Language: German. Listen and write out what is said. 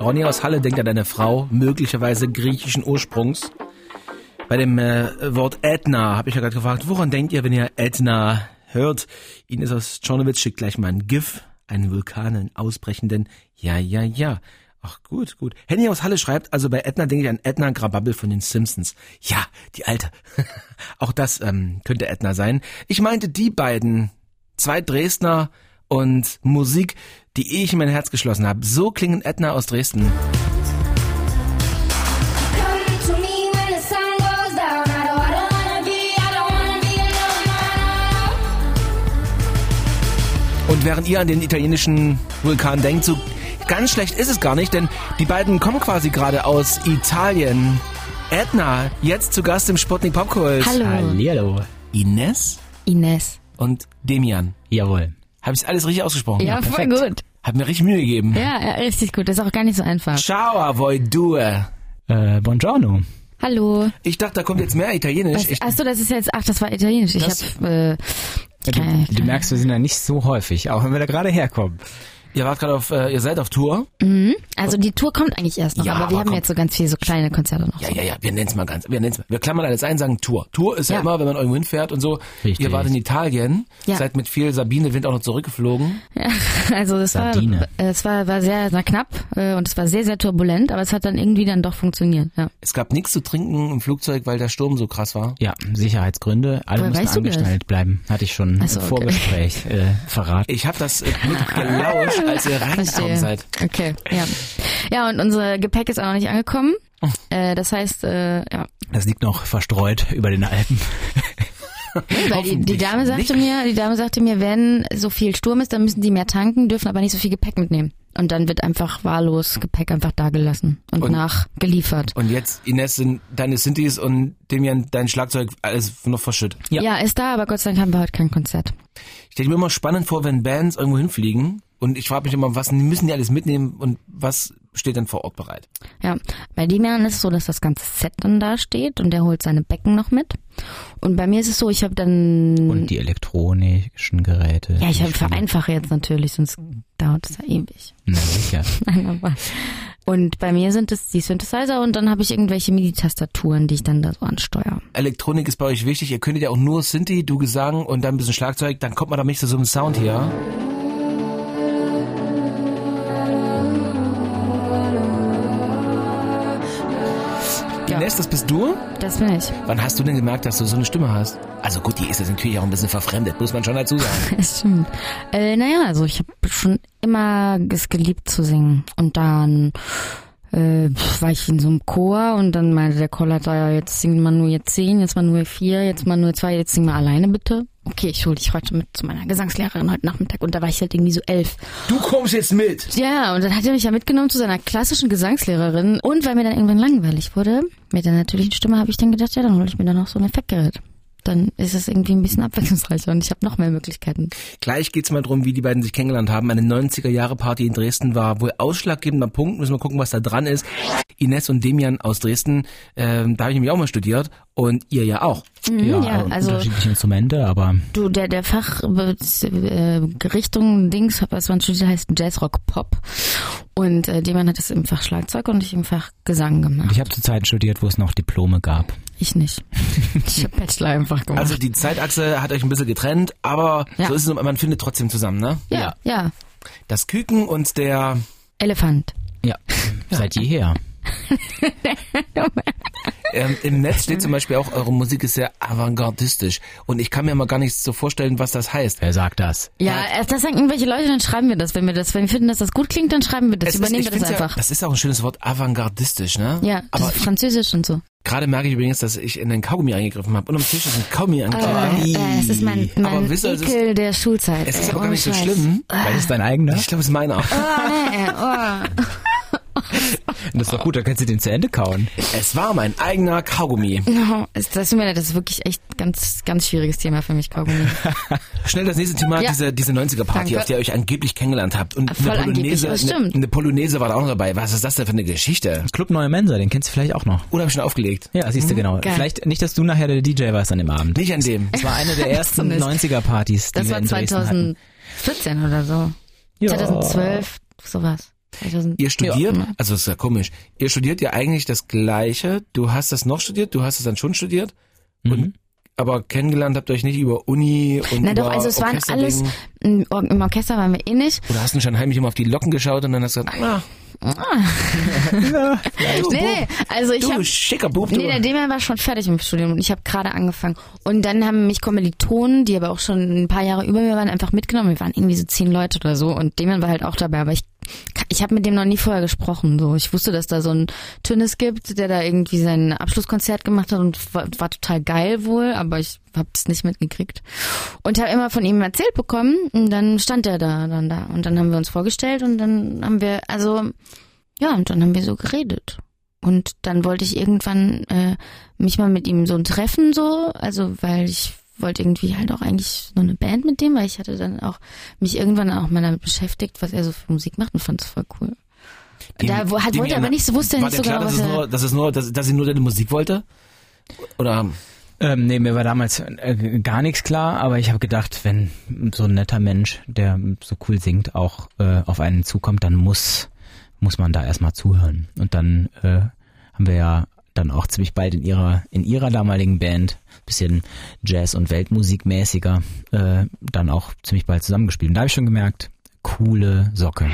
Ronny aus Halle denkt an eine Frau, möglicherweise griechischen Ursprungs. Bei dem äh, Wort Edna habe ich ja gerade gefragt, woran denkt ihr, wenn ihr Edna hört? Ines aus Czernowitz schickt gleich mal ein GIF, einen Vulkan, einen ausbrechenden. Ja, ja, ja. Ach gut, gut. Henny aus Halle schreibt, also bei Edna denke ich an Edna Grababbel von den Simpsons. Ja, die alte. Auch das ähm, könnte Edna sein. Ich meinte die beiden, zwei Dresdner und Musik, die ich in mein Herz geschlossen habe. So klingen Edna aus Dresden. Und während ihr an den italienischen Vulkan denkt, so ganz schlecht ist es gar nicht, denn die beiden kommen quasi gerade aus Italien. Edna, jetzt zu Gast im Sputnik Popkult. Hallo. Hallihallo. Ines Ines. und Demian. Jawohl. Habe ich alles richtig ausgesprochen? Ja, voll perfekt. gut. Hab mir richtig Mühe gegeben. Ja, ja, richtig gut. Das ist auch gar nicht so einfach. Ciao, a voi due. Äh, buongiorno. Hallo. Ich dachte, da kommt jetzt mehr Italienisch. Was, Ich, achso, das ist jetzt, ach, das war Italienisch. Ich Das- hab, äh, Ja, keine- Du, du merkst, wir sind da nicht so häufig, auch wenn wir da gerade herkommen. ihr wart gerade auf, äh, ihr seid auf Tour. also die Tour kommt eigentlich erst noch, Ja, aber aber wir haben komm. jetzt so ganz viele so kleine Konzerte noch. Ja, ja, ja, wir nennen's mal ganz, wir nennen's mal. Wir klammern alles ein, sagen Tour. Tour ist ja, Ja. immer, wenn man irgendwo hinfährt und so. Richtig. Ihr wart in Italien, Ja. seid mit viel Sabine Wind auch noch zurückgeflogen. Also das war, Sardine. es war, war sehr, sehr knapp äh, und es war sehr, sehr turbulent, aber es hat dann irgendwie dann doch funktioniert. Ja. Es gab nichts zu trinken im Flugzeug, weil der Sturm so krass war. Ja, Sicherheitsgründe. Alle Woher mussten weißt du das? angeschnallt bleiben. Hatte ich schon Ach so, im okay. Vorgespräch äh, verraten. Ich habe das äh, mitgelauscht, als ihr reingekommen seid. Okay, ja. Ja, und unser Gepäck ist auch noch nicht angekommen. Oh. Äh, das heißt, äh, ja. Das liegt noch verstreut über den Alpen. Weil die, die Dame sagte mir, die Dame sagte mir, wenn so viel Sturm ist, dann müssen die mehr tanken, dürfen aber nicht so viel Gepäck mitnehmen. Und dann wird einfach wahllos Gepäck einfach dagelassen und, Und- nachgeliefert. Und jetzt, Ines, sind deine Sintis und Demian, dein Schlagzeug, alles noch verschüttet. Ja. ist da, aber Gott sei Dank haben wir heute kein Konzert. Ich stelle mir immer spannend vor, wenn Bands irgendwo hinfliegen. Und ich frage mich immer, was müssen die alles mitnehmen und was steht dann vor Ort bereit? Ja, bei Demian ist es so, dass das ganze Set dann da steht und er holt seine Becken noch mit. Und bei mir ist es so, ich habe dann Und die elektronischen Geräte. Hm. ja, ich die habe Stimmen. vereinfache jetzt natürlich, sonst dauert es ja ewig. Na sicher. Nein, aber. Und bei mir sind es die Synthesizer und dann habe ich irgendwelche MIDI-Tastaturen, die ich dann da so ansteuere. Elektronik ist bei euch wichtig. Ihr könntet ja auch nur Sinti, du Gesang und dann ein bisschen Schlagzeug. Dann kommt man doch nicht zu so einem Sound hier. Ja. Ines, das bist du? Das bin ich. Wann hast du denn gemerkt, dass du so eine Stimme hast? Also gut, die ist jetzt natürlich auch ein bisschen verfremdet, muss man schon dazu sagen. Das stimmt. Äh, naja, also ich habe schon immer es geliebt zu singen. Und dann äh, war ich in so einem Chor und dann meinte der Chorleiter, ja, jetzt singen wir nur jetzt zehn, jetzt mal nur vier, jetzt mal nur zwei, jetzt singen wir alleine bitte. Okay, ich hole dich heute mit zu meiner Gesangslehrerin heute Nachmittag und da war ich halt irgendwie so elf. Du kommst jetzt mit! Ja, und dann hat er mich ja mitgenommen zu seiner klassischen Gesangslehrerin. Und weil mir dann irgendwann langweilig wurde, mit der natürlichen Stimme, habe ich dann gedacht, ja, dann hole ich mir dann noch so ein Effektgerät. Dann ist es irgendwie ein bisschen abwechslungsreicher und ich habe noch mehr Möglichkeiten. Gleich geht's mal drum, wie die beiden sich kennengelernt haben. Eine 90er-Jahre-Party in Dresden war wohl ausschlaggebender Punkt. Müssen wir gucken, was da dran ist. Ines und Demian aus Dresden, ähm, da habe ich nämlich auch mal studiert und ihr ja auch. ja, ja, also- unterschiedliche Instrumente, aber Du, der, der Fach, äh, Richtung, Dings, was man studiert, heißt Jazzrock Pop. Und äh, jemand hat es im Fach Schlagzeug und ich im Fach Gesang gemacht. ich habe zu Zeiten studiert, wo es noch Diplome gab. Ich nicht. ich habe Bachelor einfach gemacht. Also die Zeitachse hat euch ein bisschen getrennt, aber Oh. Ja. so ist es, und man findet trotzdem zusammen, ne? ja, ja, Das Küken und der... Elefant. Ja, seit jeher. Ähm, Im Netz steht zum Beispiel auch, eure Musik ist sehr avantgardistisch. Und ich kann mir mal gar nichts so vorstellen, was das heißt. Wer sagt das? Ja, erst das sagen irgendwelche Leute, dann schreiben wir das. Wenn wir das, wenn wir finden, dass das gut klingt, dann schreiben wir das. Es ist- Übernehmen ich wir das find's ja, einfach. Das ist auch ein schönes Wort, avantgardistisch, ne? Ja, Aber das ist Französisch und so. Gerade merke ich übrigens, dass ich in den Kaugummi eingegriffen habe. Und am Tisch ist ein Kaugummi angeklebt. äh, es ist mein, mein Aber wisst ihr, es ist, Ekel der Schulzeit. es ist ey, aber gar ohne nicht so Oh, Scheiß. schlimm. Weil es dein eigener? Ich glaube, es ist meiner. Ah, nee, ey, oh. Das ist doch gut, da kannst du den zu Ende kauen. Es war mein eigener Kaugummi. No, es- das tut mir leid, das ist wirklich echt ganz, ganz schwieriges Thema für mich, Kaugummi. Schnell das nächste Thema, Ja. diese, diese 90er-Party, Danke. auf der ihr euch angeblich kennengelernt habt. Und Voll eine angeblich, Polonaise, das eine, stimmt. eine Polonaise war da auch noch dabei. Was ist das denn für eine Geschichte? Club Neue Mensa, den kennst du vielleicht auch noch. Oder hab ich schon aufgelegt? Ja, siehst du genau. Mhm. Geil. Vielleicht nicht, dass du nachher der DJ warst an dem Abend. Nicht an dem. Es war eine der ersten Mist. 90er-Partys, die Das wir war in Dresden hatten. 2014 oder so. Ja. 2012, sowas. 2000, Ihr studiert, Ja. also ist ja komisch, ihr studiert ja eigentlich das Gleiche. Du hast das noch studiert, du hast es dann schon studiert. Mhm. Und, aber kennengelernt habt ihr euch nicht über Uni und Na über doch, also es waren alles, Orchesterding. im Or- im Orchester waren wir eh nicht. Oder hast du schon heimlich immer auf die Locken geschaut und dann hast du gesagt, ah, du, Nee, Bub, nee, also ich du habe schicker Bub, du. Nee, der Demian war schon fertig mit dem Studium und ich habe gerade angefangen. Und dann haben mich Kommilitonen, die aber auch schon ein paar Jahre über mir waren, einfach mitgenommen. Wir waren irgendwie so zehn Leute oder so und Demian war halt auch dabei. Aber ich, ich habe mit dem noch nie vorher gesprochen. So, ich wusste, dass da so ein Tünnes gibt, der da irgendwie sein Abschlusskonzert gemacht hat und war, war total geil wohl, aber ich hab's nicht mitgekriegt und habe immer von ihm erzählt bekommen. Und dann stand er da, dann da und dann haben wir uns vorgestellt und dann haben wir, also ja, und dann haben wir so geredet. Und dann wollte ich irgendwann äh, mich mal mit ihm so treffen, so, also weil ich wollte irgendwie halt auch eigentlich so eine Band mit dem, weil ich hatte dann auch mich irgendwann auch mal damit beschäftigt, was er so für Musik macht und fand es voll cool. Dem- da wo, halt dem wollte er ihr- aber nicht so, wusste er War nicht dir so klar, genau, dass was es er... nur, dass es nur, dass, dass sie nur deine Musik wollte? Oder Ähm, nee, mir war damals äh, gar nichts klar, aber ich habe gedacht, wenn so ein netter Mensch, der so cool singt, auch äh, auf einen zukommt, dann muss, muss man da erstmal zuhören. Und dann äh, haben wir ja dann auch ziemlich bald in ihrer, in ihrer damaligen Band, bisschen Jazz- und Weltmusikmäßiger, äh, dann auch ziemlich bald zusammengespielt. Und da habe ich schon gemerkt, coole Socke.